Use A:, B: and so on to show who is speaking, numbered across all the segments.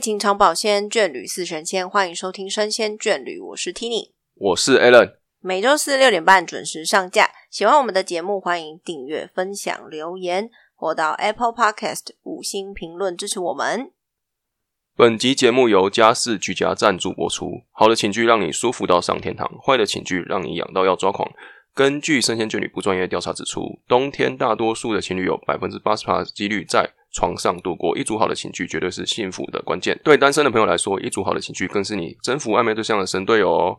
A: 情长保鲜，眷侣似神仙，欢迎收听《生鲜眷侣》，我是 Tini，
B: 我是 Alan，
A: 每周四六点半准时上架。喜欢我们的节目，欢迎订阅、分享、留言，或到 Apple Podcast 五星评论支持我们。
B: 本集节目由家事居家赞助播出。好的情绪让你舒服到上天堂，坏的情绪让你痒到要抓狂。根据生鲜眷侣部专业调查指出，冬天大多数的情侣有百分之八十八的几率在床上度过。一组好的情绪绝对是幸福的关键。对单身的朋友来说，一组好的情绪更是你征服暧昧对象的神队友哦。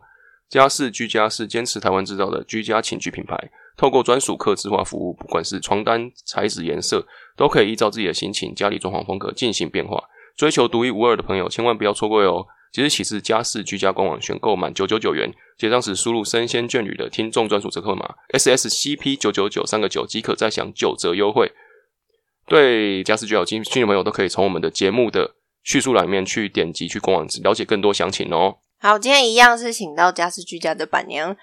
B: 家事居家是坚持台湾制造的居家情趣品牌，透过专属客制化服务，不管是床单、材质、颜色，都可以依照自己的心情、家里装潢风格进行变化。追求独一无二的朋友，千万不要错过哟！即日起至家事居家官网选购满九九九元，结账时输入“生鲜眷侣”的听众专属折扣码 S S C P 九九九三个九，即可再享九折优惠。对家事居家有兴趣的朋友，都可以从我们的节目的叙述栏里面去点击去官网了解更多详情哦。
A: 好，今天一样是请到家事居家的板娘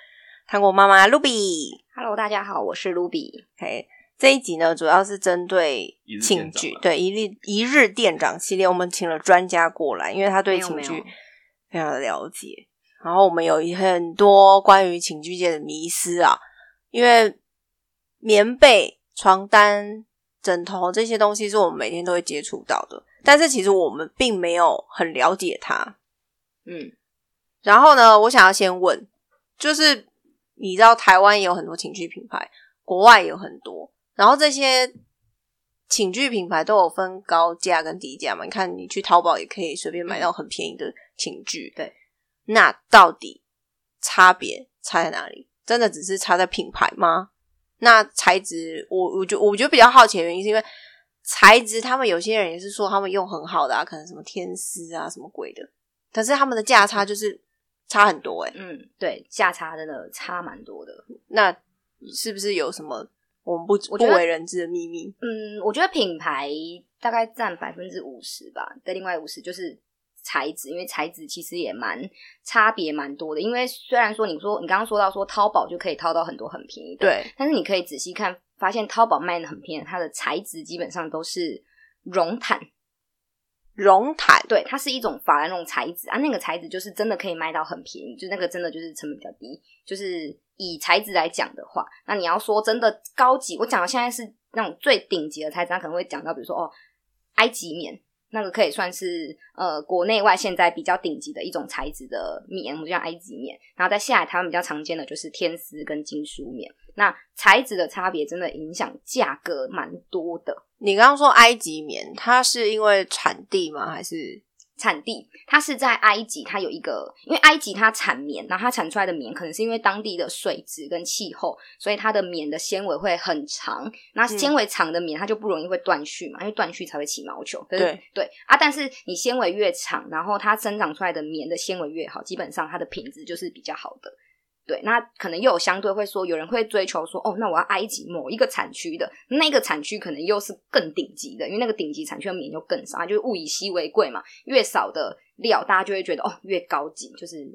A: 糖果妈妈 Ruby。
C: Hello，大家好，我是 Ruby。
A: OK，这一集呢，主要是针对
B: 一日
A: 寝
B: 店长
A: 具，
B: 啊
A: 对一日一日店长系列，我们请了专家过来，因为他对
C: 没有
A: 寝
C: 没有
A: 具非常的了解。然后我们有一很多关于寝具界的迷思啊，因为棉被、床单、枕头这些东西是我们每天都会接触到的，但是其实我们并没有很了解它。
C: 嗯，
A: 然后呢，我想要先问，就是你知道台湾也有很多情趣品牌，国外也有很多，然后这些情趣品牌都有分高价跟低价嘛？你看，你去淘宝也可以随便买到很便宜的情趣。
C: 对，
A: 那到底差别差在哪里？真的只是差在品牌吗？那材质，我我就我觉得比较好奇的原因是因为材质，他们有些人也是说他们用很好的啊，可能什么天丝啊什么鬼的，可是他们的价差就是差很多哎、
C: 嗯，对，价差真的差蛮多的。
A: 那是不是有什么我们不
C: 我
A: 不
C: 觉得
A: 为人知的秘密？
C: 嗯，我觉得品牌大概占百分之五十吧，再另外五十就是材质，因为材质其实也蛮差别蛮多的。因为虽然说你说你刚刚说到说淘宝就可以淘到很多很便宜的，
A: 对，
C: 但是你可以仔细看，发现淘宝卖的很便宜，它的材质基本上都是绒毯，
A: 绒毯，
C: 对，它是一种法兰绒材质啊，那个材质就是真的可以卖到很便宜，就那个真的就是成本比较低。就是以材质来讲的话，那你要说真的高级，我讲的现在是那种最顶级的材质，它可能会讲到比如说哦，埃及棉。那个可以算是呃国内外现在比较顶级的一种材质的棉，我们就叫埃及棉。然后再下来，台湾比较常见的就是天丝跟金属棉。那材质的差别真的影响价格蛮多的。
A: 你刚刚说埃及棉，它是因为产地吗？还是
C: 产地，它是在埃及，它有一个，因为埃及它产棉，然后它产出来的棉可能是因为当地的水质跟气候，所以它的棉的纤维会很长，那纤维长的棉它就不容易会断续嘛，因为断续才会起毛球。可是
A: 对
C: 对啊，但是你纤维越长，然后它生长出来的棉的纤维越好，基本上它的品质就是比较好的。对，那可能又有相对会说，有人会追求说，哦，那我要埃及某一个产区的那个产区，可能又是更顶级的，因为那个顶级产区的棉又更少，它就是物以稀为贵嘛，越少的料，大家就会觉得哦，越高级，就是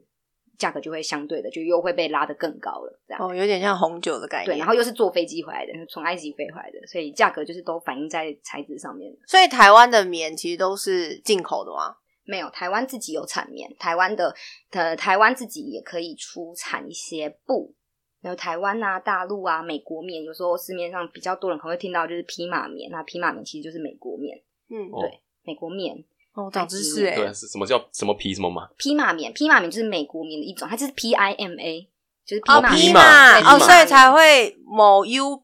C: 价格就会相对的就又会被拉得更高了，这样。
A: 哦，有点像红酒的概
C: 对，
A: 念
C: 然？后又是坐飞机回来的，从埃及飞回来的，所以价格就是都反映在材质上面。
A: 所以台湾的棉其实都是进口的吗？
C: 没有，台湾自己有产棉，台湾的呃，台湾自己也可以出产一些布。然后台湾啊、大陆啊、美国棉，有时候市面上比较多人可能会听到就是匹马棉，那匹马棉其实就是美国棉，
A: 嗯，
B: 哦
C: 对，美国棉、
A: 哦，长知识哎、
B: 对，啊是什么叫什么皮什么马？
C: 匹马棉、匹马棉就是美国棉的一种，它就是 P I M A，就是
A: 哦，
B: 马
A: 匹
B: 匹
C: 棉
A: 马
C: 对
A: 哦，
C: 匹
A: 所以
C: 棉
A: 才会某 U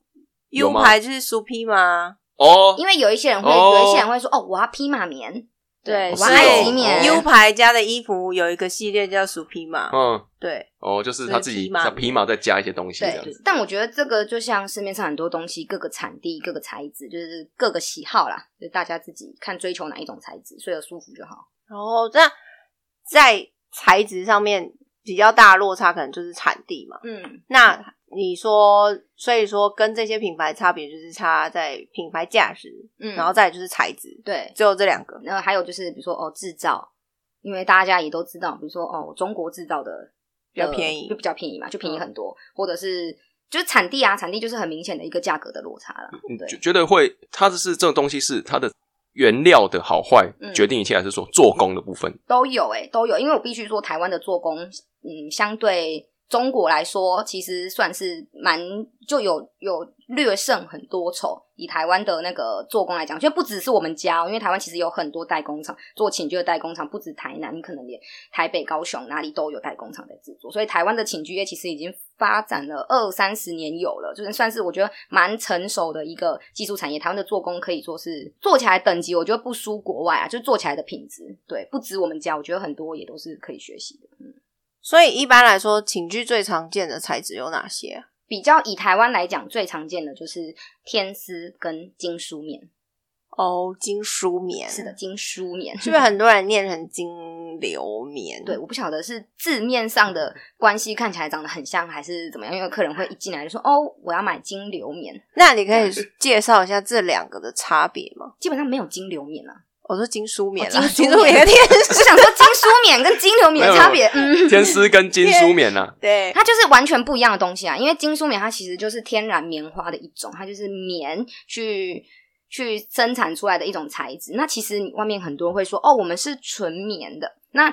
B: 有
A: U
B: 吗
A: 牌就是啊苏匹马，
B: 哦，
C: 因为有一些人会，
B: 哦
C: 有一些人会说，哦，我要匹马棉，
A: 对，
B: 哦
C: 我要
B: 是
C: 埃及
B: 哦
C: 棉
B: 哦
A: U 牌家的衣服有一个系列叫苏匹马，
B: 嗯，
A: 对，
B: 哦，就是他自己
A: 就是匹马
B: 他匹马再加一些东西这样
C: 对
B: 子。，
C: 但我觉得这个就像市面上很多东西，各个产地、各个材质，就是各个喜好啦，就是大家自己看追求哪一种材质，睡得舒服就好。
A: 然后那在材质上面比较大的落差，可能就是产地嘛。
C: 嗯，
A: 那你说，所以说跟这些品牌差别就是差在品牌价值，
C: 嗯
A: 然后再来就是材质，
C: 对，
A: 只有这两个。
C: 然后还有就是比如说哦，制造，因为大家也都知道，比如说哦，中国制造的
A: 比较便宜
C: 就比较便宜嘛，就便宜
A: 嗯
C: 很多，或者是就是产
B: 嗯
C: 地啊，产地就是很明显的一个价格的落差了。
B: 你
C: 对
B: 觉觉得会，它的是这种东西是它的原料的好坏、
C: 嗯
B: 决定一切，还是说做工的部分？
C: 都有哎、都有，因为我必须说，台湾的做工，嗯，相对中国来说，其实算是蛮就有有略胜很多筹。以台湾的那个做工来讲，就不只是我们家哦、因为台湾其实有很多代工厂做寝具的代工厂，不止台南，你可能连台北、高雄哪里都有代工厂在制作，所以台湾的寝具业其实已经发展了二三十年有了，就是算是我觉得蛮成熟的一个技术产业。台湾的做工可以说是做起来等级，我觉得不输国外啊，就做起来的品质，对，不止我们家，我觉得很多也都是可以学习的。嗯
A: 所以一般来说，寝具最常见的材质有哪些啊、
C: 比较以台湾来讲，最常见的就是天丝跟金梳棉，
A: 哦，金梳棉
C: 是的，，金梳棉
A: 是不是很多人念成金流棉？
C: 对，我不晓得是字面上的关系看起来长得很像，还是怎么样，因为客人会一进来就说：“哦，我要买金流棉。
A: 那你可以介绍一下这两个的差别吗？”
C: 基本上没有金流棉啊。
A: 我说金梳棉
C: 哦
A: 啦，
C: 金梳
A: 金梳
C: 棉
A: 棉天，
C: 我想说金梳棉跟金流棉的差别，嗯，
B: 天丝跟金梳棉呐、 啊
A: 对，
C: 它就是完全不一样的东西啊。因为金梳棉它其实就是天然棉花的一种，它就是棉去去生产出来的一种材质。那其实你外面很多人会说，哦，我们是纯棉的。那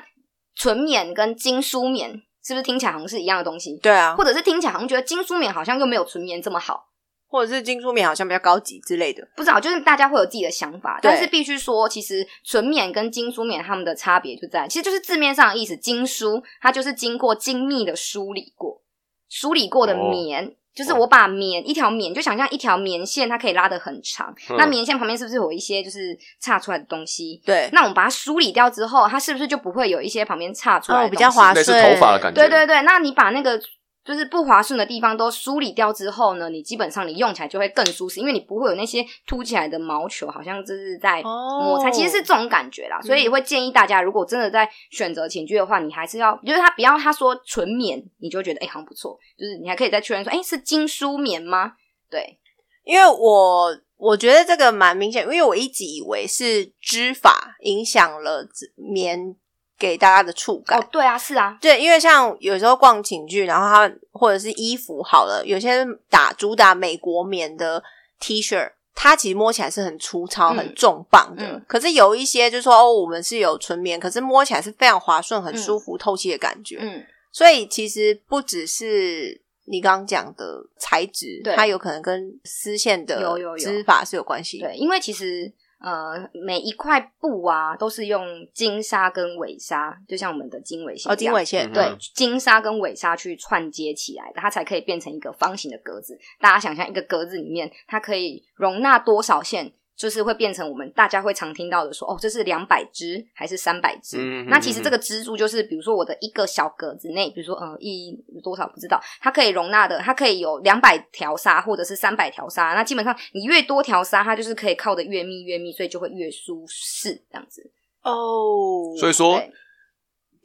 C: 纯棉跟金梳棉是不是听起来好像是一样的东西？
A: 对啊，
C: 或者是听起来好像觉得金梳棉好像又没有纯棉这么好，
A: 或者是金梳棉好像比较高级之类的。
C: 不知道，就是大家会有自己的想法，
A: 对
C: 但是必须说，其实纯棉跟金梳棉它们的差别就在，其实就是字面上的意思。金梳它就是经过精密的梳理过，梳理过的
B: 哦
C: 棉，就是我把棉一条棉，就想象一条棉线，它可以拉得很长。
B: 嗯
C: 那棉线旁边是不是有一些就是岔出来的东西？
A: 对，
C: 那我们把它梳理掉之后，它是不是就不会有一些旁边岔出来的
A: 哦，
C: 东
A: 比
C: 西？
A: 较滑
B: 类
A: 顺，
B: 似头发的感觉。
C: 对对对，那你把那个就是不划算的地方都梳理掉之后呢，你基本上你用起来就会更舒适，因为你不会有那些凸起来的毛球，好像就是在
A: 哦，
C: 摩擦，其实是这种感觉啦。所以会建议大家，如果真的在选择寝具的话，你还是要就是它不要它说纯棉，你就会觉得哎、好像不错，就是你还可以再确认说哎、是金梳棉吗？对，
A: 因为我我觉得这个蛮明显，因为我一直以为是织法影响了棉给大家的触感。
C: 哦对啊，是啊，
A: 对，因为像有时候逛寝具，然后它或者是衣服好了，有些打主打美国棉的 T 恤，它其实摸起来是很粗糙、
C: 嗯
A: 很重磅的。
C: 嗯
A: 可是有一些就说哦，我们是有纯棉，可是摸起来是非常滑顺、很
C: 嗯
A: 舒服、透气的感觉。
C: 嗯，
A: 所以其实不只是你刚刚讲的材质，
C: 对
A: 它有可能跟丝线的
C: 有有有
A: 织法是有关系。
C: 对，因为其实呃，每一块布啊都是用金纱跟尾纱，就像我们的经纬
A: 哦，
C: 线一样
A: 经纬线，
B: 嗯
C: 对，金沙跟尾沙去串接起来的，它才可以变成一个方形的格子。大家想象一个格子里面，它可以容纳多少线，就是会变成我们大家会常听到的说，哦，这是两百只还是三百只？
B: 嗯嗯嗯
C: 那其实这个支柱就是，比如说我的一个小格子内，比如说呃一多少不知道，它可以容纳的，它可以有两百条纱或者是三百条纱。那基本上你越多条纱，它就是可以靠的越密越密，所以就会越舒适这样子。
A: 哦，
B: 所以说
C: 对，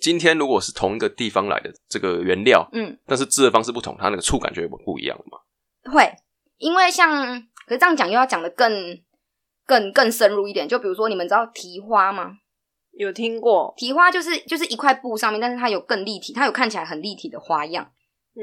B: 今天如果是同一个地方来的这个原料，
C: 嗯，
B: 但是织的方式不同，它那个触感就会不一样嘛。
C: 会，因为像可是这样讲又要讲的更更更深入一点，就比如说你们知道提花吗？
A: 有听过，
C: 提花就是就是一块布上面，但是它有更立体，它有看起来很立体的花样，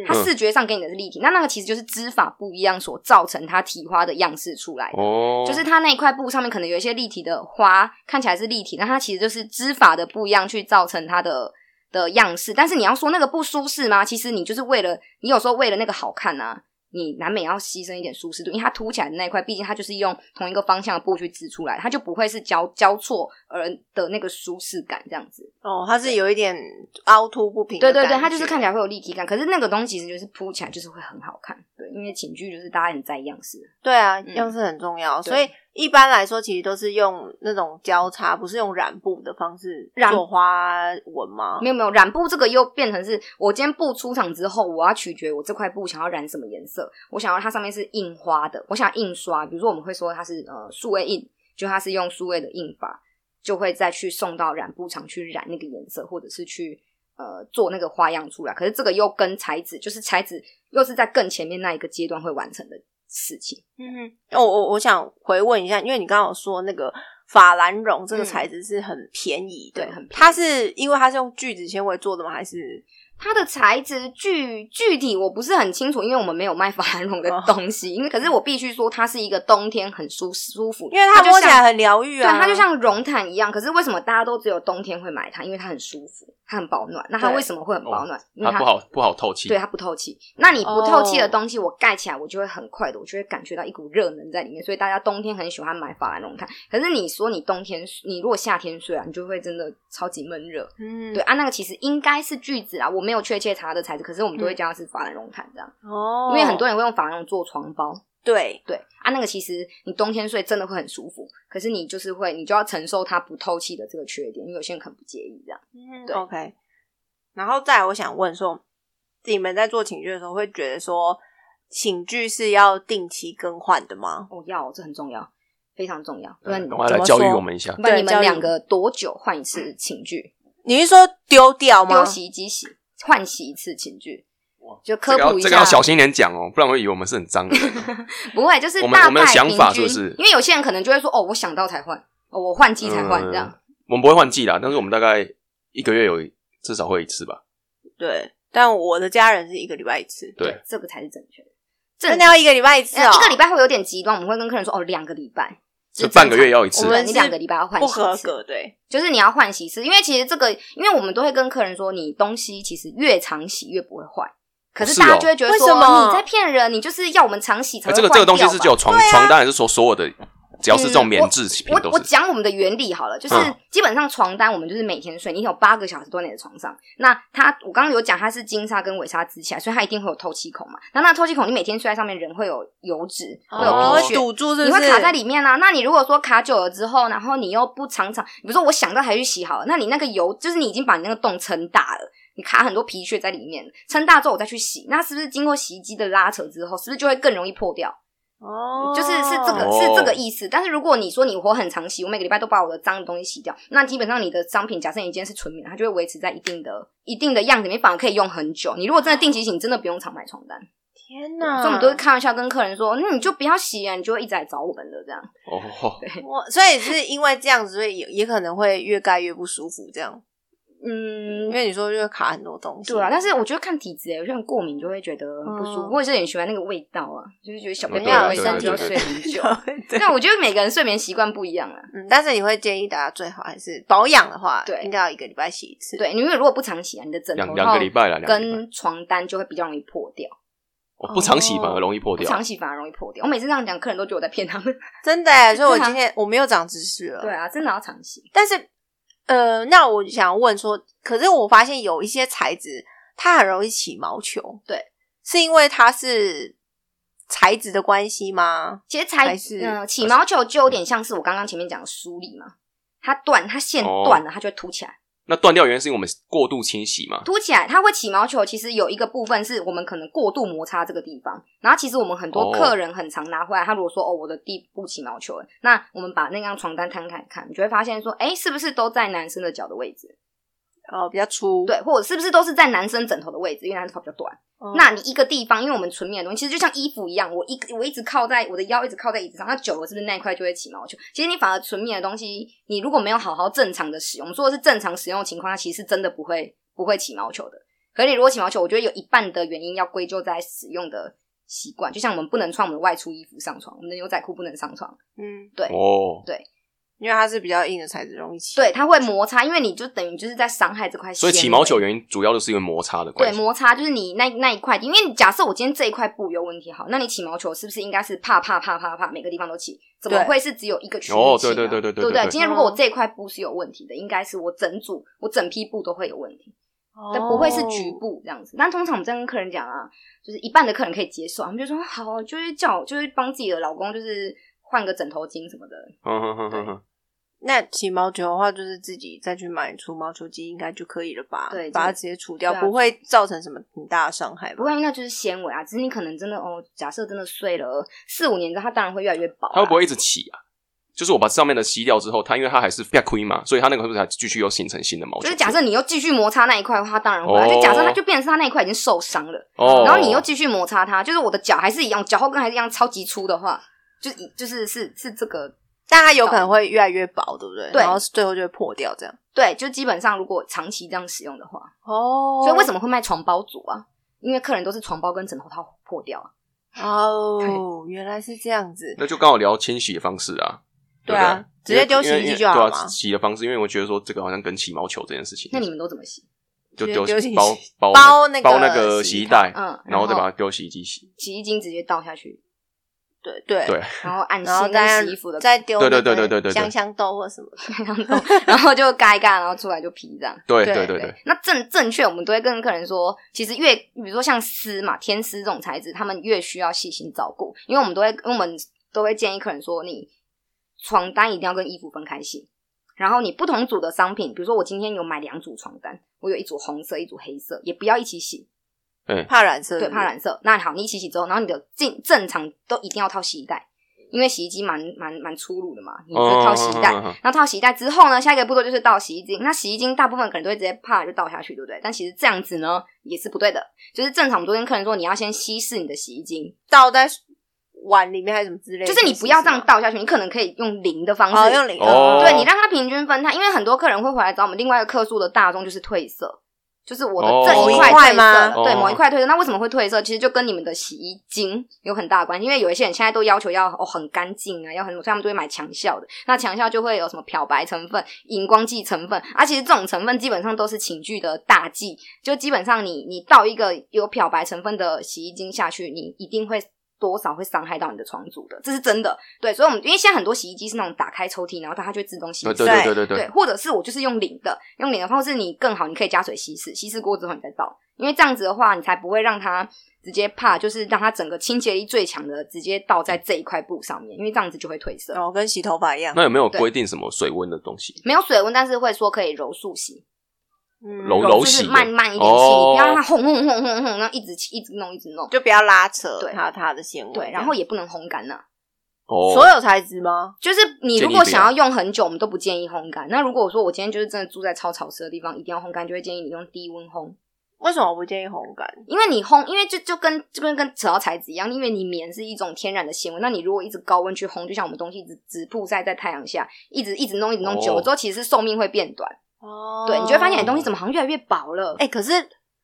C: 它
A: 嗯
B: 是
C: 视觉上给你的是立体，那那个其实就是织法不一样所造成它提花的样式出来的。
B: 哦，
C: 就是它那一块布上面可能有一些立体的花，看起来是立体，但它其实就是织法的不一样去造成它的的样式。但是你要说那个不舒适吗？其实你就是为了你有时候为了那个好看啊，你难免要牺牲一点舒适度，因为它凸起来的那一块，毕竟它就是用同一个方向的布去织出来，它就不会是交交错而的那个舒适感这样子。
A: 哦，它是有一点凹凸不平的
C: 对
A: 感
C: 对
A: 觉，
C: 对，它就是看起来会有立体感，可是那个东西其实就是铺起来就是会很好看。对，因为寝具就是大家很在意样式。
A: 对啊，
C: 嗯
A: 样式很重要，
C: 对
A: 所以一般来说其实都是用那种交叉，不是用染布的方式
C: 染
A: 做花纹吗？
C: 没有没有，染布这个又变成是我今天布出厂之后，我要取决我这块布想要染什么颜色，我想要它上面是印花的，我想要印刷，比如说我们会说它是呃数位印，就它是用数位的印法，就会再去送到染布厂去染那个颜色，或者是去呃做那个花样出来。可是这个又跟材质，就是材质又是在更前面那一个阶段会完成的事情。
A: 嗯哼，哦，我我想回问一下，因为你刚刚有说那个法兰绒这个
C: 嗯
A: 材质是很便宜的，
C: 对很便宜
A: 它是因为它是用聚酯纤维做的吗？还是
C: 它的材质具具体我不是很清楚，因为我们没有卖法兰绒
A: 哦
C: 的东西。因为可是我必须说，它是一个冬天很舒舒服，
A: 因为它
C: 就
A: 摸起来
C: 像
A: 很疗愈啊，
C: 对，它就像绒毯一样。可是为什么大家都只有冬天会买它？因为它很舒服，它很保暖。那它
A: 对
C: 为什么会很保暖？因为
B: 哦它不好不好透气
C: 嗯对，，它啊不透气。那你不透
A: 哦
C: 气的东西，我盖起来，我就会很快的，我就会感觉到一股热能在里面。所以大家冬天很喜欢买法兰绒毯。可是你说你冬天，你如果夏天睡啊，你就会真的超级闷热。
A: 嗯
C: 对啊，那个其实应该是锯子啦，我没有确切查它的材质，可是我们都会叫它是法兰绒毯这样，
A: 嗯哦，
C: 因为很多人会用法兰绒做床包。
A: 对
C: 对啊，那个其实你冬天睡真的会很舒服，可是你就是会，你就要承受它不透气的这个缺点，因为有些人可能不介意这样。
A: 嗯
C: 对
A: ，OK。然后再来，我想问说，你们在做寝具的时候，会觉得说寝具是要定期更换的吗？
C: 哦，要这很重要，非常重要。不然
B: 嗯
C: 你
B: 赶快
A: 怎
B: 来
A: 么
B: 教育
A: 说
B: 我们一下。
C: 不然你
A: 对教
C: 们
A: 育
C: 两个多久换一次寝具？
A: 你是说丢掉吗？
C: 丢洗衣机洗，换洗一次寝具
B: 哇。
C: 就科
B: 这个要
C: 普一下，
B: 这个要小心一点讲哦，不然会以为我们是很脏的人哦。
C: 不会，就是
B: 我们
C: 大
B: 我们的
C: 概
B: 想
C: 平
B: 法是
C: 均
B: 不是
C: 因为有些人可能就会说，哦，我想到才换，哦，我换季才换、这样。
B: 嗯我们不会换季啦，但是我们大概一个月有至少会一次吧。
A: 对，但我的家人是一个礼拜一次，
B: 对，
C: 这个才是正确的。
A: 真的要一个礼拜一次哦，
C: 哎一个礼拜会有点极端，我们会跟客人说哦，两个礼拜，
B: 啊就半个月要一
C: 我
B: 次。
A: 们
C: 们你两个礼拜要换
A: 不
C: 洗一
A: 合
C: 次，
A: 格，对，
C: 就是你要换洗一次，因为其实这个，因为我们都会跟客人说，你东西其实越常洗越不会坏，可是
B: 是
C: 大家
B: 哦
C: 就会觉得
A: 为
C: 说、
A: 什么
C: 你在骗人，你就是要我们常洗才
B: 哎，
C: 会
B: 这
C: 坏
B: 个
C: 掉
B: 这个东西是
C: 吧嗯
B: 只有床床单，还是说所有的只要是这种棉质品
C: 我
B: 都
C: 我
B: 是？
C: 讲我们的原理好了，就是
B: 嗯
C: 基本上床单我们就是每天睡，你有八个小时都在你的床上。那它我刚刚有讲它是金沙跟尾纱织起来，所以它一定会有透气孔嘛。那那透气孔你每天睡在上面，人会有油脂，会有
B: 哦
A: 会
C: 皮屑。
A: 堵住，是
C: 你
A: 不
C: 会
A: 是？
C: 卡在里面啊？那你如果说卡久了之后，然后你又不常常，比如说我想到还去洗好了，那你那个油就是你已经把你那个洞撑大了，你卡很多皮屑在里面，撑大之后我再去洗，那是不是经过洗衣机的拉扯之后，是不是就会更容易破掉？
A: 哦，
C: 就是是这个
B: 哦
C: 是这个意思。但是如果你说你我很常洗，我每个礼拜都把我的脏的东西洗掉，那基本上你的商品，假设你一件是纯棉，它就会维持在一定的一定的样子，你反而可以用很久。你如果真的定期洗，你真的不用常买床单。
A: 天哪！
C: 所以我们都会开玩笑跟客人说，那你就不要洗啊，你就会一直来找我们的这样。
B: 哦，
A: 我，所以是因为这样子，所以也也可能会越盖越不舒服，这样，因
C: 嗯。
A: 为你说就会卡很多东西，
C: 对啊，但是我觉得看体质、欸，有些人过敏就会觉得不舒服，
A: 嗯
C: 或者是很喜欢那个味道啊，就是觉得小朋
B: 对啊
C: 友卫生纸
B: 对
C: 要
B: 啊对
C: 睡
B: 啊
C: 很 久。
A: 对，
C: 但我觉得每个人睡眠习惯不一样啊，
A: 嗯，但是你会建议大家最好还是保养的话，
C: 对
A: 应该要一个礼拜洗一次，
C: 对，因为如果不常洗啊，你的枕头
B: 两两个礼拜了，两个礼拜。
C: 跟床单就会比较容易破掉。
B: 我不常洗反而容易破
C: 不
B: 掉。
C: 哦常洗反而容易破掉。我每次这样讲，客人都觉得我在骗他 们。
A: 真的耶，所以我
C: 对啊
A: 今天我没有长知识了，
C: 对啊，真的要常洗。
A: 但是，呃，那我想问说，可是我发现有一些材质它很容易起毛球，
C: 对，
A: 是因为它是材质的关系吗？
C: 其实
A: 还
C: 才
A: 是
C: 嗯、起毛球就有点像是我刚刚前面讲的梳理嘛，它断，它线
B: 哦
C: 断了，它就会凸起来，
B: 那断掉原因是因为我们过度清洗嘛？
C: 凸起来它会起毛球。其实有一个部分是我们可能过度摩擦这个地方，然后其实我们很多
B: 哦
C: 客人很常拿回来，他如果说哦我的地部起毛球了，那我们把那张床单摊开看，你就会发现说，哎、是不是都在男生的脚的位置？
A: 哦，比较粗，
C: 对，或者是不是都是在男生枕头的位置？因为男生头比较短。
A: 哦，
C: 那你一个地方，因为我们纯棉的东西，其实就像衣服一样，我一我一直靠在我的腰，一直靠在椅子上，那久了是不是那一块就会起毛球？其实你反而纯棉的东西，你如果没有好好正常的使用，我们说的是正常使用的情况下，其实是真的不会不会起毛球的。可是你如果起毛球，我觉得有一半的原因要归咎在使用的习惯，就像我们不能穿我们的外出衣服上床，我们的牛仔裤不能上床，
A: 嗯，
C: 对
B: 哦，
A: 因为它是比较硬的材质，容易起，
C: 对，它会摩擦，因为你就等于就是在伤害这块纤
B: 所
C: 维。
B: 以起毛球原因主要就是因为摩擦的
C: 对
B: 关系。
C: 摩擦就是你那那一块，因为假设我今天这一块布有问题，好，那你起毛球是不是应该是啪啪啪啪啪每个地方都起？怎么
A: 对
C: 会是只有一个区域起呢？
B: 哦对对对对对
C: 对不
B: 对对
C: 今天如果我这一块布是有问题的，应该是我整组我整批布都会有问题，
A: 哦，
C: 但不会是局部这样子。但通常我们这样跟客人讲啊，就是一半的客人可以接受，他们就说好，就是叫我就是帮自己的老公就是换个枕头巾什么的，
B: 嗯哼哼哼哼，
A: 那起毛球的话，就是自己再去买除毛球机应该就可以了吧？
C: 对
A: 把它
C: 就
A: 直接除掉，
C: 对啊
A: 不会造成什么很大的伤害
C: 不
A: 吧？
C: 过因为那就是纤维啊，只是你可能真的哦，假设真的睡了四五年之后，它当然会越来越薄、啊。
B: 它会不会一直起啊？就是我把上面的吸掉之后，它因为它还是变亏嘛，所以它那个会不会还继续有形成新的毛球？
C: 就是假设你又继续摩擦那一块的话，它当然会啊、
B: 哦
C: 就假设它就变成是它那一块已经受伤了，
B: 哦，
C: 然后你又继续摩擦它，就是我的脚还是一样，脚后跟还是一样超级粗的话，就是一就是是是这个
A: 嗯但它有可能会越来越薄，对不对？
C: 对
A: 然后最后就会破掉，这样。
C: 对，就基本上如果长期这样使用的话，
A: 哦
C: 所以为什
A: 么？
C: 么会卖床包组啊？因为客人都是床包跟枕头套破掉啊。
A: 哦，原来是这样子。
B: 那就刚好聊清洗的方式啊。
A: 对
B: 不
A: 啊直接丢洗衣机
B: 因为因为
A: 就好了
B: 对
A: 嘛
B: 啊，洗的方式，因为我觉得说这个好像跟起毛球这件事情，
C: 那你们都怎么洗？嗯
B: 就
A: 丢
B: 丢
A: 丢洗衣
B: 包
A: 机
B: 包
A: 包那
B: 那
A: 个
B: 包个
A: 洗衣
B: 洗衣袋，
C: 嗯，
B: 然后再把
C: 后
B: 它丢洗衣机洗。
C: 洗衣精直接倒下去，
A: 对对
B: 对
C: 然后按
A: 然后
C: 心
A: 再
C: 跟洗衣服的，
A: 再丢
B: 对对
A: 那个
B: 对对对对对
A: 香香豆或什么的，
C: 然后就嘎一嘎，然后出来就皮这样。
B: 对
A: 对
B: 对
A: 对
B: 对对，
C: 那正正确，我们都会跟客人说，其实越比如说像丝嘛、天丝这种材质，他们越需要细心照顾，因为我们都会我们都会建议客人说，你床单一定要跟衣服分开洗。然后你不同组的商品，比如说我今天有买两组床单，我有一组红色，一组黑色，也不要一起洗，
A: 怕染色，
C: 对，怕。染色。那好，你一起洗之后，然后你的正正常都一定要套洗衣袋，因为洗衣机蛮蛮蛮粗鲁的嘛，你就套洗衣袋。
B: 嗯嗯嗯嗯嗯
C: 然后套洗衣袋之后呢，下一个步骤就是倒洗衣精。那洗衣精大部分可能都会直接啪就倒下去，对不对？但其实这样子呢也是不对的。就是正常，我们都跟客人说，你要先稀释你的洗衣精，
A: 倒在碗里面还是什么之类的，
C: 就是你不要这样倒下去，你可能可以用淋的方式，
A: 哦，用零
B: 哦
C: 对你让它平均分摊。因为很多客人会回来找我们，另外一个客诉的大宗就是褪色，就是我的
B: 哦
C: 这一
B: 某一
C: 块
A: 块
C: 褪色
A: 吗
C: 了，对，
B: 哦
C: 某一块褪色。那为什么会褪色？其实就跟你们的洗衣精有很大的关系，因为有一些人现在都要求要哦很干净啊，要很，所以他们都会买强效的。那强效就会有什么漂白成分、荧光剂成分，啊，其实这种成分基本上都是寝具的大剂，就基本上你你倒一个有漂白成分的洗衣精下去，你一定会。多少会伤害到你的床组的，这是真的。对，所以我们因为现在很多洗衣机是那种打开抽屉，然后它它就会自动洗衣
B: 对
C: 服
B: 哦对对对对对
C: 对，或者是我就是用淋的，用淋的方式你更好，你可以加水稀释，稀释过之后你再倒，因为这样子的话，你才不会让它直接怕，就是让它整个清洁力最强的直接倒在这一块布上面，因为这样子就会褪色。
A: 哦，跟洗头发一样。
B: 那有没有
C: 对
B: 规定什么水温的东西？
C: 没有水温，但是会说可以揉速洗，
A: 嗯
B: 揉
C: 揉
B: 揉
C: 就
B: 洗
C: 是
B: 的
C: 慢慢一点洗，
B: 哦
C: 你不要让它轰轰轰轰轰，然后一直一直弄一直弄。
A: 就不要拉扯
C: 对
A: 它它的纤维。
C: 对，然后也不能烘干呢、
A: 所
B: 哦，
A: 有材质吗？
C: 就是你如
B: 建议
C: 果
B: 不要
C: 想要用很久，我们都不建议烘干。那如果我说我今天就是真的住在超潮湿的地方，一定要烘干，就会建议你用低温烘，
A: 为什么我不建议烘干？
C: 因为你烘，因为就就跟就跟跟扯到材质一样，因为你棉是一种天然的纤维，那你如果一直高温去烘，就像我们东西一直直曝晒在太阳下，一直一直弄一直弄
B: 哦
C: 久了之后，其实寿命会变短。
A: 哦
C: 对，你就会发现你的东西怎么好像越来越薄了。
A: 哎、可是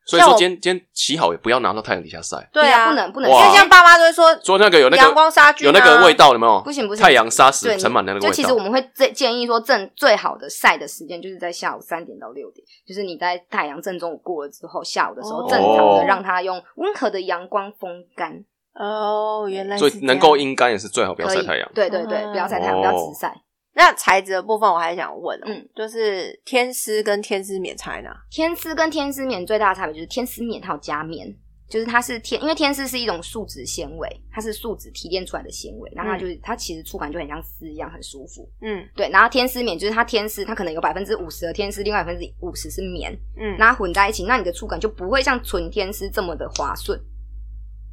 B: 所以
A: 像
B: 说
A: 我
B: 今天今天洗好也不要拿到太阳底下晒，
A: 对
C: 啊，
A: 啊，
C: 不，能不能，
A: 因
B: 哇
A: 为像爸妈都会说
B: 说那个有那
A: 阳
B: 个
A: 光杀菌、啊
B: 有那个味，道，有没有？
C: 啊不行不行，
B: 太阳杀死
C: 对
B: 尘螨的那个
C: 就
B: 味
C: 其实我
B: 道。
C: 们会最建议说正最好的晒的时间就是在下午三点到六点，就是你在太阳正中午过了之后，下午的时候
A: 哦
C: 正常的让它用温和的阳光风干，
A: 哦，原来是
B: 所
A: 这
B: 以
A: 样
B: 能够阴干也是最好不要
C: 可
B: 晒
C: 以
B: 太阳。
C: 对对对，不要晒太阳，
B: 哦
C: 不要直晒。
A: 那材质的部分，我还想问、哦，
C: 嗯
A: 就是天丝跟天丝棉材呢？
C: 天丝跟天丝棉最大的差别就是天丝棉它有加棉，就是它是天，因为天丝是一种树脂纤维，它是树脂提炼出来的纤维，然后它就是、它其实触感就很像丝一样，很舒服。
A: 嗯
C: 对，然后天丝棉就是它天丝，它可能有百分之五十的天丝，另外百分之五十是棉，
A: 嗯，
C: 那它混在一起，那你的触感就不会像纯天丝这么的滑顺。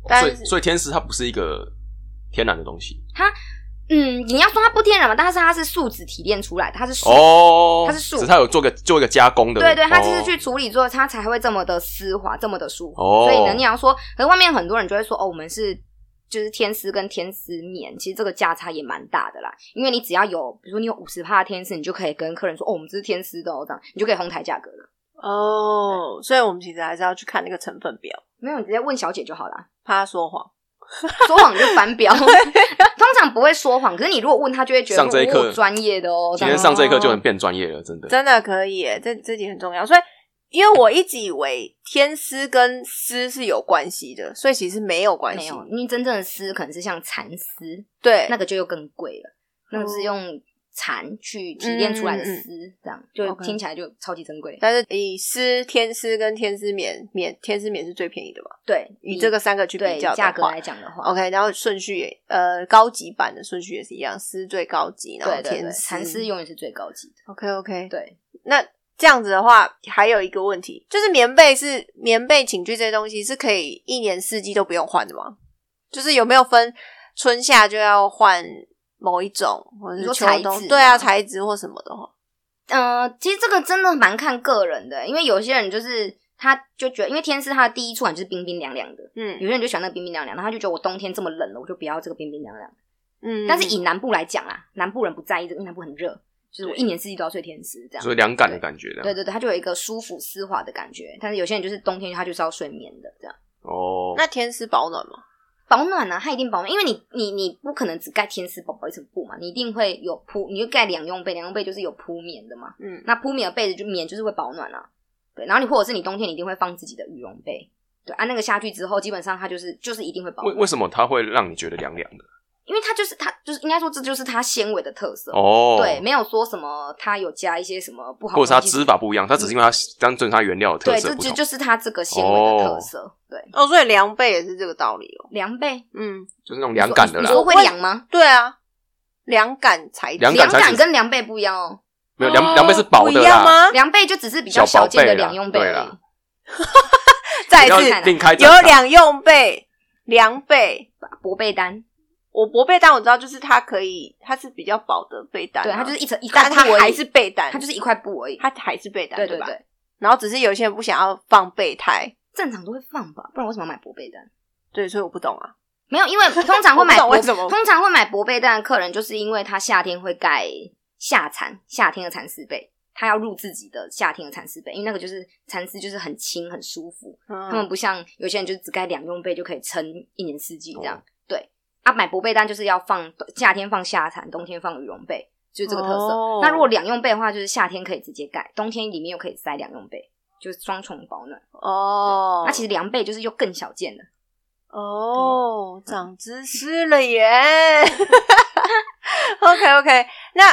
A: 但
B: 所以
A: 是
B: 所以天丝它不是一个天然的东西
C: 嗯，你要说它不天然嘛，但是它是树脂提炼出来的，它是树，
B: 哦，
C: 它是树
B: 只它有做个做一个加工的。
C: 对对，它就是
B: 哦
C: 去处理之后，它才会这么的丝滑，这么的舒服。
B: 哦
C: 所以呢，你要说，可是外面很多人就会说，哦，我们是。就是天丝跟天丝棉，其实这个价差也蛮大的啦。因为你只要有，比如说你有五十帕天丝，你就可以跟客人说，哦，我们这是天丝的哦，这样你就可以哄抬价格了。
A: 哦，所以我们其实还是要去看那个成分表，
C: 没有，你直接问小姐就好啦。
A: 怕他说谎。
C: 说谎就翻 标，通常不会说谎，可是你如果问他，就会觉得
B: 上这一
C: 哦
B: 课
C: 我专业的哦。这
B: 今
C: 样
B: 天上这一课就很变专业了，真的。
A: 真的可以耶，这这集很重要。所以，因为我一直以为天丝跟丝是有关系的，所以其实没有关
C: 没
A: 系。
C: 有，因为真正的丝可能是像蚕丝，
A: 对，
C: 那个就又更贵了，
A: 哦
C: 那个是用蚕去提炼出来的丝，这样就
A: OK
C: 听起来就超级珍贵。
A: 但是以丝、天丝跟天丝棉棉天丝棉是最便宜的嘛？
C: 对，
A: 以这个三个去
C: 对
A: 比较的
C: 价格
A: 话哦
C: 来讲的话，
A: ，OK，然后顺序也呃高级版的顺序也是一样，丝最高级，然后
C: 对对对，
A: 天
C: 蚕丝永远是最高级的。
A: OK OK。
C: 对，
A: 那这样子的话，还有一个问题就是棉被是棉被寝具这些东西是可以一年四季都不用换的吗？就是有没有分春夏就要换某一种，或者
C: 你
A: 是
C: 说
A: 秋
C: 材
A: 冬？
C: 质
A: 对啊，
C: 吗
A: 材质或什么的话，
C: 呃，其实这个真的蛮看个人的，因为有些人就是他就觉得，因为天丝它的第一触感就是冰冰凉凉的。有
A: 嗯
C: 些人就喜欢那个冰冰凉凉，然后他就觉得我冬天这么冷了，我就不要这个冰冰凉凉。
A: 嗯
C: 但是以南部来讲啊，南部人不在意这个，因为南部很热。就是我一年四季都要睡天丝这样。
B: 所以凉感的感觉啊这
C: 对
B: 样。
C: 对对，它就有一个舒服丝滑的感觉。但是有些人就是冬天，他就是要睡眠的这样。
B: 哦，
A: 那天丝保暖吗？
C: 保暖啊，它一定保暖，因为你你你不可能只盖天丝宝宝一层布嘛，你一定会有铺，你就盖两用被，两用被就是有铺棉的嘛。
A: 嗯，
C: 那铺棉的被子就棉就是会保暖啊，对。然后你或者是你冬天你一定会放自己的羽绒被，对啊，那个下去之后基本上它就是就是一定会保
B: 为
C: 暖，
B: 为什么它会让你觉得凉凉的？
C: 因为它就是它就是应该说这就是它纤维的特色，
B: 哦，
C: 对，，没有说什么它有加一些什么不好的
B: 或
C: 东
B: 者
C: 西，
B: 是它织法不一样，它只是因为它单纯它原料的特
C: 嗯对，
B: 色
C: 这
B: 不
C: 就
B: 同。
C: 就是它这个纤维的特
B: 哦
C: 色，对，
A: 哦，所以凉被也是这个道理哦。
C: 凉被
A: 嗯，
B: 就是那种凉感的
C: 你
B: 啦
C: 说，会凉吗？
A: 对啊，凉感材质，
B: 凉
C: 凉
B: 感材质
C: 感跟凉被不一样哦，
B: 没有凉凉被是薄
A: 不一
B: 的
A: 样
B: 啦，
A: 吗？
C: 凉被就只是比较
B: 小薄
C: 小件的
B: 被啦
C: 两用被
B: 对
C: 而
B: 啦
C: 已。
A: 再一
B: 要
A: 次
C: 看啊
B: 另开
A: 有
B: 战场
A: 两用被，凉被。
C: 薄被单，
A: 我薄被单我知道，就是它可以，它是比较薄的被单啊、
C: 对，它就是一层一块
A: 但它
C: 布而已，
A: 还是被单，
C: 它就是一块布而已。
A: 它还是被单，
C: 对
A: 吧？
C: 对，
A: 然后只是有些人不想要放备胎，
C: 正常都会放吧，不然为什么要买薄被单？
A: 对，所以我不懂啊。
C: 没有，因为通常会买
A: 我不懂
C: 薄，
A: 为什么
C: 通常会买薄被单的客人，就是因为他夏天会盖夏蚕，夏天的蚕丝被，他要入自己的夏天的蚕丝被，因为那个就是蚕丝就是很轻很舒服，他们
A: 嗯，
C: 不像有些人就只盖两用被就可以撑一年四季这
A: 哦
C: 样。对啊，买薄被单就是要放夏天放夏蚕，冬天放羽绒被，就是这个特色。
A: 哦
C: 那如果两用被的话，就是夏天可以直接盖，冬天里面又可以塞两用被，就是双重保暖。
A: 哦，
C: 那其实凉被就是又更小件了。
A: 哦，长知识了耶 ！OK OK，那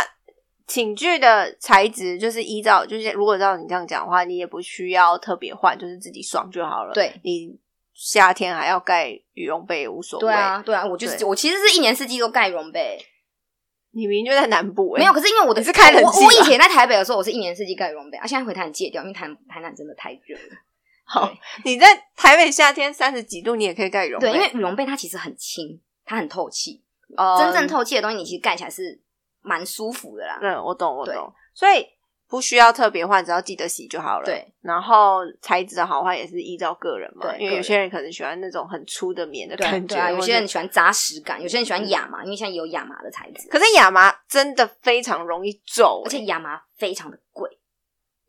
A: 寝具的材质就是依照，就是如果照你这样讲的话，你也不需要特别换，就是自己爽就好了。
C: 对，
A: 你夏天还要盖羽绒被也无所谓。
C: 对，啊，对啊，我就是
A: 欸对
C: 我其实是一年四季都盖羽绒被，你
A: 你明明就在南部、欸，
C: 没有。可是因为我的
A: 你是开冷
C: 我
A: 气吧啊
C: 我以前在台北的时候，我是一年四季盖羽绒被，啊，现在回台南戒掉，因为台台南真的太热了。
A: 好，你在台北夏天三十几度，你也可以盖羽绒被。
C: 对，因为羽绒被它其实很轻，它很透气，
A: 哦
C: 真正透气的东西，你其实盖起来是蛮舒服的啦。
A: 嗯，我懂，我
C: 对
A: 懂。所以不需要特别换，只要记得洗就好了。
C: 对，
A: 然后材质的好坏也是依照个人嘛，
C: 对
A: 因
C: 个
A: 为有些人可能喜欢那种很粗的棉的
C: 对啊
A: 感觉，
C: 对啊，有
A: 或
C: 些
A: 者
C: 人。喜欢扎实感，有些人喜欢亚麻，因为现在也有亚麻的材质，
A: 可是亚麻真的非常容易皱、欸
C: 而且亚麻非常的贵。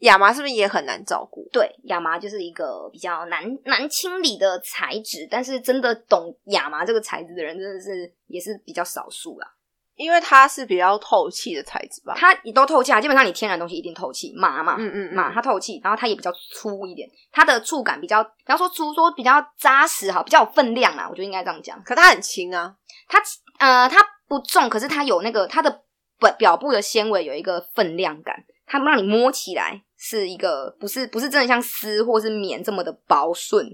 A: 亚麻是不是也很难照顾？
C: 对，亚麻就是一个比较难难清理的材质，但是真的懂亚麻这个材质的人，真的是也是比较少数啦。
A: 因为它是比较透气的材质吧。
C: 它都透气啊，基本上你天然东西一定透气，麻嘛，
A: 嗯嗯
C: 嘛，
A: 嗯，
C: 它透气，然后它也比较粗一点，它的触感比较，比方说粗说比较扎实哈，比较有分量啦，我觉得应该这样讲。
A: 可它很轻啊。
C: 它呃，它不重，可是它有那个它的表表布的纤维有一个分量感，它让你摸起来是一个不是不是真的像丝或是棉这么的薄顺，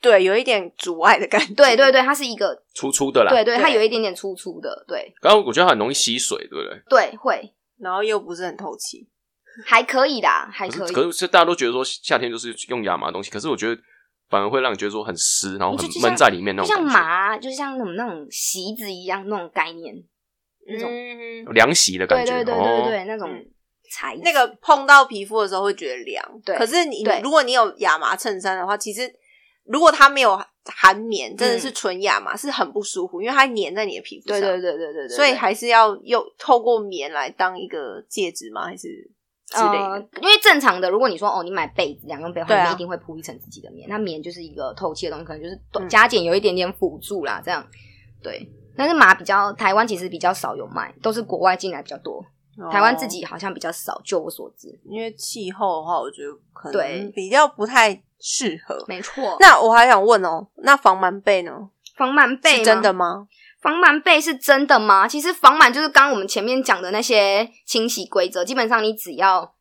A: 对，有一点阻碍的感觉。
C: 对对对，它是一个
B: 粗粗的啦。
C: 对对，它
A: 对
C: 有一点点粗粗的，对
B: 然后我觉得它很容易吸水，对不对？
C: 对会
A: 然后又不是很透气。
C: 还可以啦，还
B: 可
C: 可
B: 是
C: 以，
B: 可是大家都觉得说夏天就是用亚麻的东西，可是我觉得反而会让你觉得说很湿，然后很
C: 就就像
B: 闷在里面那
C: 就
B: 种
C: 像
B: 感觉，
C: 麻，啊就像那种那种席子一样那种概念，那种
A: 嗯，
B: 凉席的
C: 对
B: 感觉。
C: 对对对
B: 哦，
C: 对，那种
A: 嗯
C: 材质
A: 那个碰到皮肤的时候会觉得凉，
C: 对
A: 可是你
C: 对
A: 如果你有亚麻衬衫的话，其实如果它没有含棉，真的是纯亚麻，是很不舒服，因为它粘在你的皮肤上。
C: 嗯对对对对对对，
A: 所以
C: 对
A: 还是要用透过棉来当一个戒指吗？还是之类的？
C: 呃因为正常的，如果你说哦，你买被子两用被的话，
A: 对啊
C: 你们一定会铺一层自己的棉，那棉就是一个透气的东西，可能就是
A: 嗯
C: 加减有一点点辅助啦，这样对。但是麻比较，台湾其实比较少有卖，都是国外进来比较多，
A: 哦
C: 呃台湾自，己好像比较少，就我所知，
A: 因为气候的话，我觉得可
C: 对
A: 能比较不太适合。
C: 没错。
A: 那我还想问哦，那防螨被呢？
C: 防螨被
A: 是
C: 吗
A: 真的吗？
C: 防螨被是真的吗？其实防螨就是刚刚我们前面讲的那些清洗规则，基本上你只要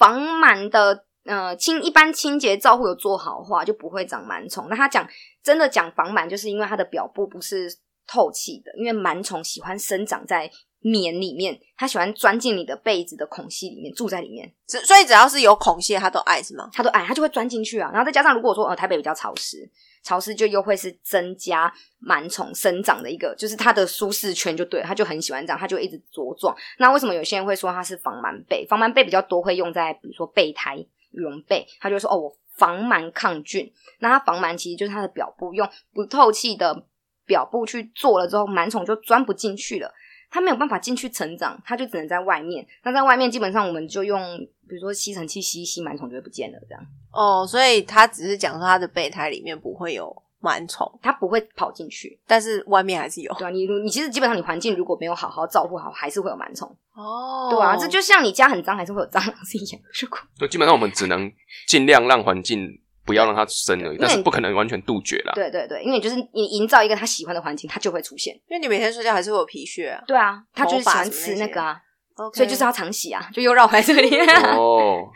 C: 防螨的呃清一般清洁照护有做好的话，就不会长螨虫。那他讲真的讲防螨，就是因为它的表布不是透气的，因为螨虫喜欢生长在棉里面，它喜欢钻进你的被子的孔隙里面，住在里面。
A: 只所以只要是有孔隙，它都爱是吗？
C: 它都哎，它就会钻进去啊。然后再加上如果说呃台北比较潮湿，潮湿就又会是增加螨虫生长的一个，就是它的舒适圈就对了，它就很喜欢这样，它就一直茁壮。那为什么有些人会说它是防螨被？防螨被比较多会用在比如说备胎、羽绒被，它就会说哦我防螨抗菌。那它防螨其实就是它的表布用不透气的表布去做了之后，螨虫就钻不进去了。它没有办法进去成长，它就只能在外面。那在外面，基本上我们就用，比如说吸尘器吸一吸，螨虫就会不见了，这样
A: 哦，所以他只是讲说他的备胎里面不会有螨虫，
C: 它不会跑进去。
A: 但是外面还是有。
C: 对啊，你如你其实基本上你环境如果没有好好照顾好，还是会有螨虫。
A: 哦
C: 对啊，这就像你家很脏，还是会有蟑螂是一样的如果
B: 对，基本上我们只能尽量让环境不要让它生而已，
C: 对
B: 但是不可能完全杜绝啦。
C: 对对对，因为你就是你营造一个他喜欢的环境，他就会出现。
A: 因为你每天睡觉还是会有皮屑啊，
C: 对啊，他就是喜欢
A: 头发什
C: 吃
A: 么那些
C: 那个啊，所
A: 所
C: 以
A: 以就
C: 就
A: 是是要
C: 要常洗啊，就又绕回来这里。
B: 哦，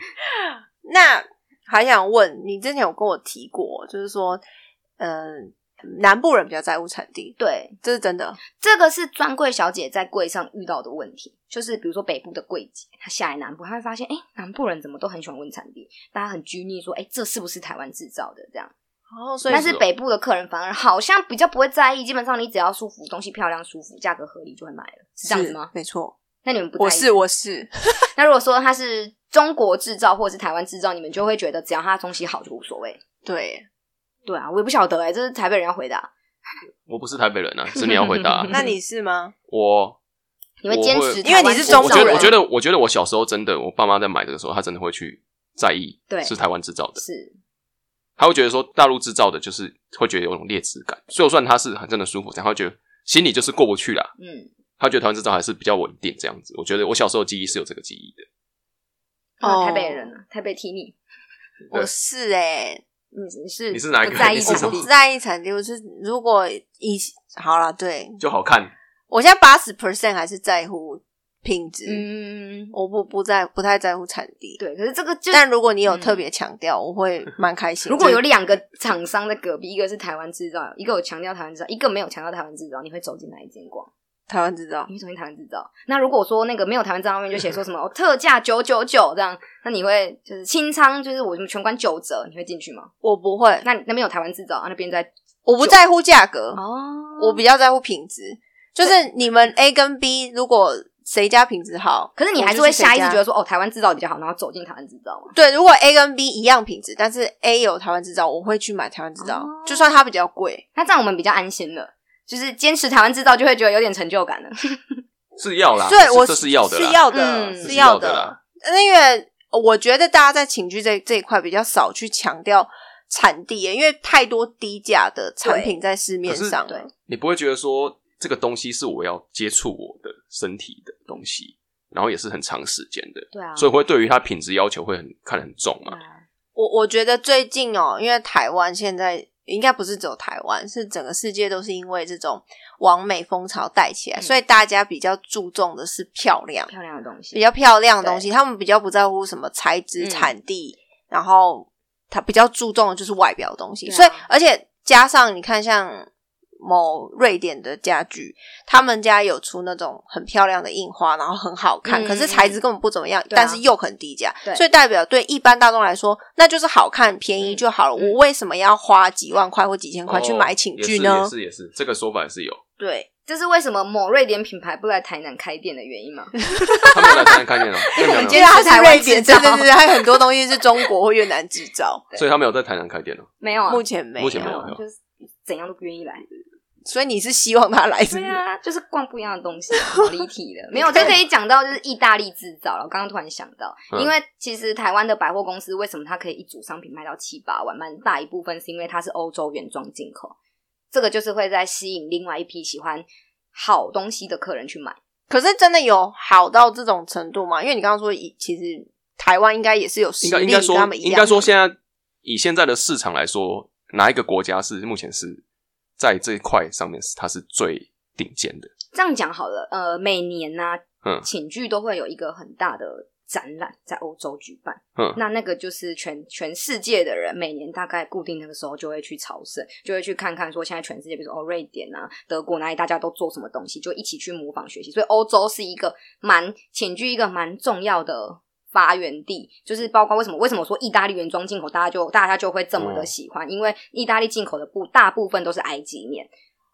A: 那还想问你之前有跟我提过，就是说，嗯、南部人比较在乎产地，
C: 对，
A: 这是真的。
C: 这个是专柜小姐在柜上遇到的问题，就是比如说北部的柜姐，她下来南部，她会发现，哎，南部人怎么都很喜欢问产地，大家很拘泥说，哎，这是不是台湾制造的这样？
A: 哦，所以
C: 但
A: 是
C: 是北部的客人反而好像比较不会在意，基本上你只要舒服，东西漂亮、舒服，价格合理就会买了，是这样子吗？
A: 没错，
C: 那你们不在意
A: 我是我是，
C: 那如果说它是中国制造或者是台湾制造，你们就会觉得只要它东西好就无所谓。
A: 对。
C: 对啊，我也不晓得哎、这是台北人要回答。。
B: 我不是台北人啊，是你要回答
A: 那你是吗？
B: 我
C: 你会坚
B: 我
C: 持
B: 会
C: 台湾
A: 因为你是
C: 制
A: 中
C: 造啊
B: 我
A: 国人
B: 觉得，我觉得，我觉得我小时候真的，我爸妈在买的时候，他真的会去在意，
C: 对
B: 是台湾制造的，
C: 是
B: 他会觉得说大陆制造的，就是会觉得有种劣质感。所以我算他是很真的舒服，然后会觉得心里就是过不去啦。
C: 嗯
B: 他觉得台湾制造还是比较稳定这样子。我觉得我小时候的记忆是有这个记忆的。
A: 哦
C: 台北人啊，台北替你，
B: 对
A: 我是哎、
C: 你你是
B: 你是哪一个
C: 不在意
B: 你
A: 我
B: 是什
C: 产
B: 么
A: 不
C: 地？
A: 在意产地，我是如果以好了，对
B: 就好看，
A: 我现在八十 percent 还是在乎品质，
C: 嗯，
A: 我不不在不太在乎产地。
C: 对。可是这个就
A: 但如果你有
C: 嗯
A: 特别强调，我
B: 嗯
A: 会蛮开心的。
C: 如果有两个厂商在隔壁，一个是台湾制造，一个有强调台湾制造，一个没有强调台湾制造，你会走进哪一间逛？
A: 台湾制造，
C: 你会走进台湾制造。那如果说那个没有台湾制造，上面就写说什么、哦、特价九九九这样，那你会就是清仓，就是我们全馆九折，你会进去吗？
A: 我不会，
C: 那你那边有台湾制造，啊、那边在
A: 我不在乎价格，
C: 哦
A: 我比较在乎品质。就是你们 A 跟 B，如果谁家品质好，
C: 可是你还是
A: 我
C: 会
A: 就谁
C: 下意识
A: 家
C: 觉得说，哦，台湾制造比较好，然后走进台湾制造嘛。
A: 对，如果 A 跟 B 一样品质，但是 A 有台湾制造，我会去买台湾制造，
C: 哦
A: 就算它比较贵。
C: 那这样我们比较安心了，就是坚持台湾制造就会觉得有点成就感了。
B: 是要啦，
A: 对，
B: 这
A: 我
B: 是这是要的啦，
A: 是要的，
C: 嗯
A: 是要
B: 是要的啦
A: 但是因为我觉得大家在情趣这这一块比较少去强调产地，因为太多低价的产品在市面上
C: 可是
A: 了。
B: 你不会觉得说这个东西是我要接触我的身体的东西，然后也是很长时间的，
C: 对啊
B: 所以会对于它品质要求会很看得很重
A: 嗯
B: 嘛。
A: 我我觉得最近哦，因为台湾现在应该不是只有台湾，是整个世界都是因为这种完美风潮带起来，
C: 嗯
A: 所以大家比较注重的是漂亮，
C: 漂亮的东西
A: 比较漂亮的东西，他们比较不在乎什么材质、
C: 嗯
A: 产地，然后他比较注重的就是外表的东西。
C: 对啊
A: 所以，而且加上你看，像某瑞典的家具，他们家有出那种很漂亮的印花，然后很好看，
C: 嗯
A: 可是材质根本不怎么样，
C: 对啊
A: 但是又很低价
C: 对，
A: 所以代表对一般大众来说，那就是好看、便宜就好了。
C: 嗯
A: 我为什么要花几万块或几千块去买寝具呢
B: 哦也？是也是也是，这个说法也是有。
A: 对，
C: 这是为什么某瑞典品牌不来台南开店的原因 吗？
B: 他们有来台南开 店了，哦
C: 因为我
B: 没有没
C: 们
B: 有
C: 今
A: 因
C: 天
A: 为它是瑞典，
C: 这
A: 对
C: 是台湾制造
A: 对对，对还有很多东西是中国或越南制造，
B: 所以他们有在台南开店了。哦
C: 没 有啊，
A: 目前没有
B: 目前没有
C: 就是怎样都不愿意来。
A: 所以你是希望他来是
C: 对
A: 不是？
C: 啊，就是逛不一样的东 西，好离题了。没有，就可以讲到就是意大利制造了。我刚刚突然想到，
B: 嗯
C: 因为其实台湾的百货公司为什么它可以一组商品卖到七八万，蛮大一部分是因为它是欧洲原装进口，这个就是会在吸引另外一批喜欢好东西的客人去买。
A: 可是真的有好到这种程度吗？因为你刚刚说以，其实台湾应该也是有实
B: 应该
A: 力
B: 应
A: 跟他
B: 该说，
A: 们一样。
B: 应该说，现在以现在的市场来说，哪一个国家是目前是在这一块上面是它是最顶尖的？
C: 这样讲好了，呃，每年呢、
B: 嗯
C: 寝具都会有一个很大的展览在欧洲举办。
B: 嗯
C: 那那个就是全全世界的人每年大概固定那个时候就会去朝圣，就会去看看说现在全世界，比如说哦瑞典啊、德国哪里大家都做什么东西，就一起去模仿学习。所以欧洲是一个蛮寝具一个蛮重要的。发源地就是包括为什么为什么说意大利原装进口，大家就大家就会这么的
B: 嗯
C: 喜欢，因为意大利进口的布大部分都是埃及面，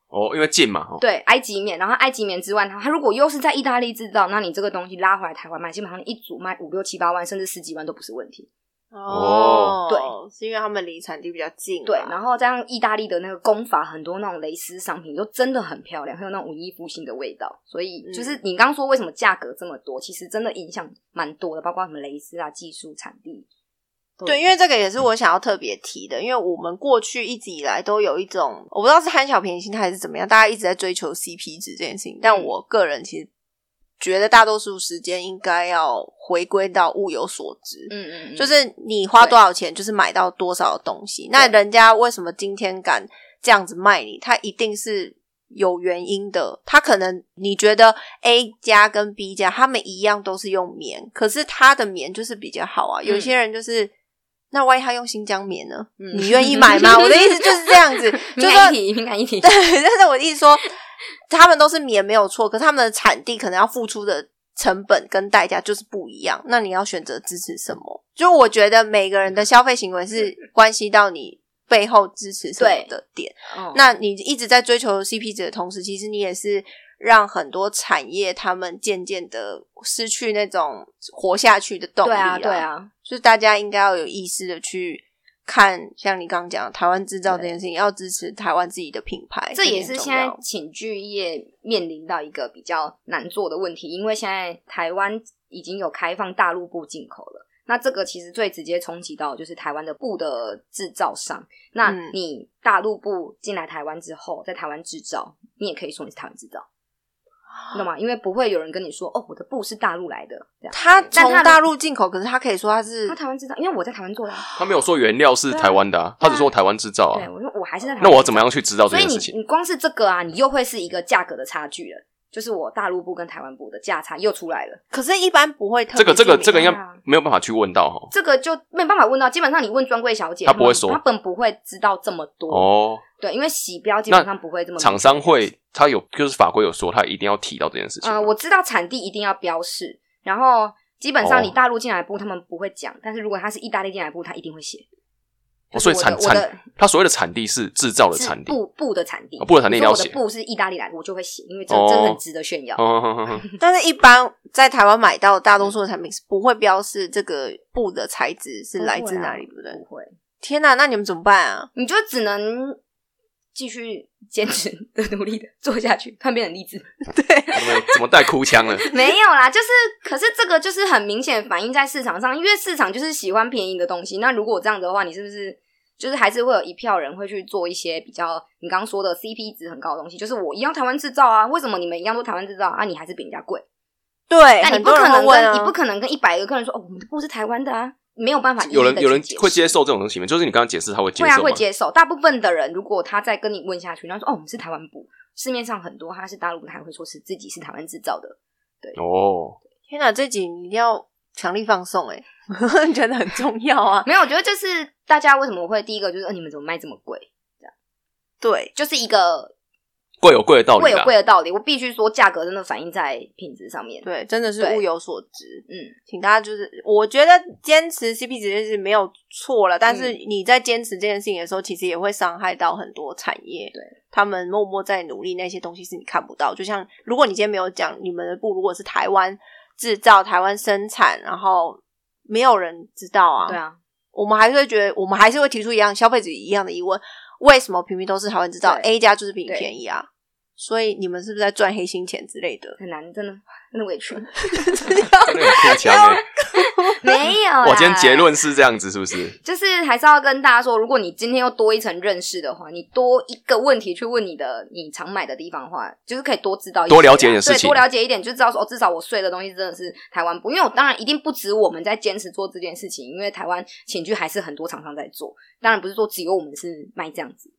B: 哦，因为近嘛，哦，
C: 对，埃及棉，然后埃及棉之外，它它如果又是在意大利制造，那你这个东西拉回来台湾卖，基本上你一组卖五六七八万，甚至十几万都不是问题。
B: 哦
A: 对，是因为他们离产地比较近嘛，
C: 对，啊然后加上意大利的那个工法，很多那种蕾丝商品都真的很漂亮，很有那种文艺复兴的味道。所以
A: 嗯
C: 就是你刚刚说为什么价格这么多，其实真的影响蛮多的，包括什么蕾丝啊、技术、产地。
A: 对，因为这个也是我想要特别提的，因为我们过去一直以来都有一种，我不知道是贪小便宜心态还是怎么样，大家一直在追求 CP 值这件事情。但我个人其实觉得大多数时间应该要回归到物有所值，
C: 嗯嗯，
A: 就是是你花多少钱，就是买到多少的东西。那人家为什么今天敢这样子卖你？他一定是有原因的。他可能你觉得 A 家跟 B 家他们一样都是用棉，可是他的棉就是比较好啊。有些人就是。那万一他用新疆棉呢？
C: 嗯
A: 你愿意买 吗？我的意思就是这样子，就是
C: 敏感
A: 说
C: 一体，敏感一 体。
A: 对，但是我的意思说，他们都是棉没有错，可是他们的产地可能要付出的成本跟代价就是不一样。那你要选择支持什么？就我觉得每个人的消费行为是关系到你背后支持什么的点。
C: 哦
A: 那你一直在追求 CP 值的同时，其实你也是让很多产业他们渐渐的失去那种活下去的动力
C: 对啊，对
A: 啊，
C: 啊，
A: 就是大家应该要有意识的去看，像你刚刚讲的台湾制造这件事情，要支持台湾自己的品
B: 哎
A: 牌，
C: 这也
A: 很
C: 是
A: 重
C: 现在
A: 要
C: 寝具业面临到一个比较难做的问题，因为现在台湾已经有开放大陆布进口了。那这个其实最直接冲击到的就是台湾的布的制造商。那
A: 嗯
C: 你大陆布进来台湾之后，在台湾制造，你也可以说你是台湾制造，你懂吗？因为不会有人跟你说哦，我的布是大陆来的，这样。
A: 他从
C: 但他的
A: 大陆进口，可是他可以说他是
C: 他台湾制造，因为我在台湾做的、啊，
B: 他没有说原料是台湾的、啊，他只说台湾制造啊
C: 对。我说我还是在台湾。
B: 那我要怎么样去知道这
C: 所以
B: 件
C: 你
B: 事情？
C: 你光是这个啊，你又会是一个价格的差距了，就是我大陆部跟台湾部的价差又出来了。
A: 可是一般不会特
B: 这个
A: 别
B: 这
A: 注明
B: 个
A: 啊
B: 这个应该
C: 啊
B: 没有办法去问到哦哈。
C: 这个就没办法问到，基本上你问专柜小姐，
B: 她不会
C: 们
B: 说
C: 她本不会知道这么多。
B: 哦，
C: 对，因为洗标基本上不会这么。
B: 厂商会他有就是法规有说他一定要提到这件事情。
C: 呃，我知道产地一定要标示，然后基本上
B: 哦
C: 你大陆进来布他们不会讲，但是如果他是意大利进来布，他一定会写。
B: 哦所以产
C: 就是我的
B: 产他所谓的产地是制造
C: 我
B: 的
C: 的
B: 产地。
C: 布布的产地，
B: 哦布的产地
C: 你
B: 你要
C: 说我的
B: 写
C: 布是意大利来的，我就会写，因为这
B: 哦
C: 这很值得炫耀。
B: 哦哼哼哼哼
A: 但是一般在台湾买到的大多数的产品是不会标示这个布的材质是来自哪里，对
C: 不
A: 不
C: 会啊
A: 对
C: 不？会，
A: 天哪、那你们怎么办啊？
C: 你就只能继续坚持的努力的做下去，突然变得励志。
B: 怎么怎么带哭腔了？
C: 没有啦，就是，可是这个就是很明显反映在市场上，因为市场就是喜欢便宜的东西。那如果这样子的话，你是不是就是还是会有一票人会去做一些比较你刚刚说的 CP 值很高的东西？就是我一样台湾制造啊，为什么你们一样都台湾制造啊？你还是比人家贵？
A: 对，
C: 但你
A: 很
C: 不
A: 多
C: 可
A: 人会
C: 能跟、
A: 问啊，
C: 你不可能跟一百个客人说哦，我们的布是台湾的啊，没有办法一一地
B: 有人有人
C: 去解释
B: 会接受这种东西吗？就是你刚刚解释他会接
C: 会啊，
B: 受吗
C: 会？接受。大部分的人，如果他再跟你问下去，然后说哦，我们是台湾布，市面上很多他是大陆，他会说是自己是台湾制造的。
B: 哦，
A: 天哪、这集你一定要强力放送哎、 欸，觉得很重要啊。
C: 没有，我觉得就是大家为什么会第一个就是、呃、你们怎么卖这么贵，
A: 对，
C: 就是一个
B: 贵有贵的道
C: 贵
B: 理
C: 有
B: 啦。
C: 贵的道理。我必须说，价格真的反映在品质上面。
A: 对，真的是
C: 对
A: 物有所值。
C: 嗯，
A: 请大家就是，我觉得坚持 CP 值是没有错了，但
C: 嗯
A: 是你在坚持这件事情的时候，其实也会伤害到很多产业。
C: 对，
A: 他们默默在努力，那些东西是你看不到。就像如果你今天没有讲你们的布，如果是台湾制造、台湾生产，然后没有人知道啊，
C: 对啊，
A: 我们还是会觉得，我们还是会提出一样消费者一样的疑问：为什么平民都是台湾制造
C: 对
A: ，A 家就是比你
C: 对
A: 便宜啊？所以你们是不是在赚黑心钱之类的？
C: 很难，真的真的委屈。
B: 真的有哭腔哎！
C: 没有啦，
B: 我今天结论是这样子，是不是？
C: 就是还是要跟大家说，如果你今天又多一层认识的话，你多一个问题去问你的你常买的地方的话，就是可以多知道一些啊
B: 多了解一点事情
C: 对多了解一点就知道说，哦，至少我睡的东西真的是台湾布，因为我当然一定不止我们在坚持做这件事情，因为台湾寝具还是很多厂商在做，当然不是说只有我们是卖这样子。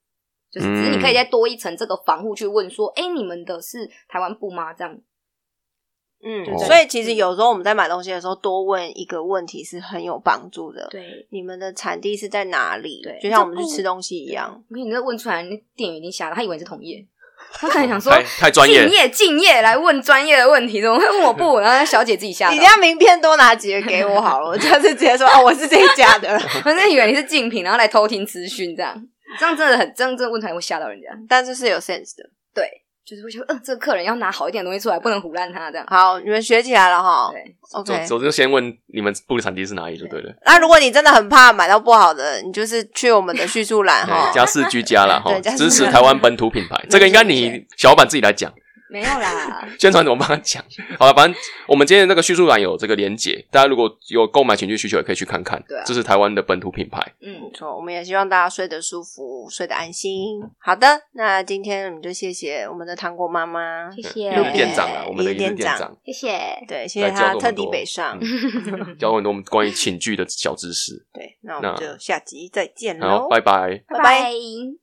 C: 就是，只是你可以再
B: 嗯
C: 多一层这个防护去问说，哎、你们的是台湾布吗？这样
A: 嗯
B: 对，
A: 所以其实有时候我们在买东西的时候，多问一个问题是很有帮助的。
C: 对，
A: 你们的产地是在哪里？
C: 对
A: 就像我们去吃东西一样。
C: 我跟你这问出来，那店员已经吓了，他以为你是同业，他可能想说
B: 太太专业
C: 敬，业敬业来问专业的问题，怎么会问我不？然后小姐自己吓
A: 你
C: 到
A: 等一，下名片多拿几个给我好了，我下次直 接说哦，我是这一家 的。
C: 反正以为你是竞品，然后来偷听资讯这样，这样真的很这样真的问出来会吓到人家。
A: 但是是有 sense 的，
C: 对，就是会觉得，嗯、这个客人要拿好一点的东西出来，不能胡乱他这样。
A: 好，你们学起来了哈。
C: 对，
A: OK，
B: 总总之先问你们布的产地是哪里就对了，
A: 那如果你真的很怕买到不好的，你就是去我们的叙述栏哈
B: 对，。家事居家啦，哈
A: 对，家事
B: 支持台湾本土品 牌，这个应该你小老板自己来讲，
C: 没有啦，
B: 宣传怎么帮他讲？好了，反正我们今天的那个叙述栏有这个连结，大家如果有购买情趣需求也可以去看看，
C: 对啊
B: 这是台湾的本土品牌，
C: 嗯
A: 没，错，我们也希望大家睡得舒服，睡得安心。好的，那今天我们就谢谢我们的糖果妈妈，
C: 谢谢
B: 有店长啊，我们的
A: 一个
B: 一个
A: 店长
B: 长
C: 谢谢，
A: 对，谢谢
B: 来教了
A: 她
B: 我们
A: 特地
B: 多
A: 北上。
B: 嗯 教了很多我们关于寝具的小知识，
A: 对，那我们
B: 那
A: 就下集再见
B: 好，
A: 喽，
B: 拜拜。
A: 拜拜
C: 拜。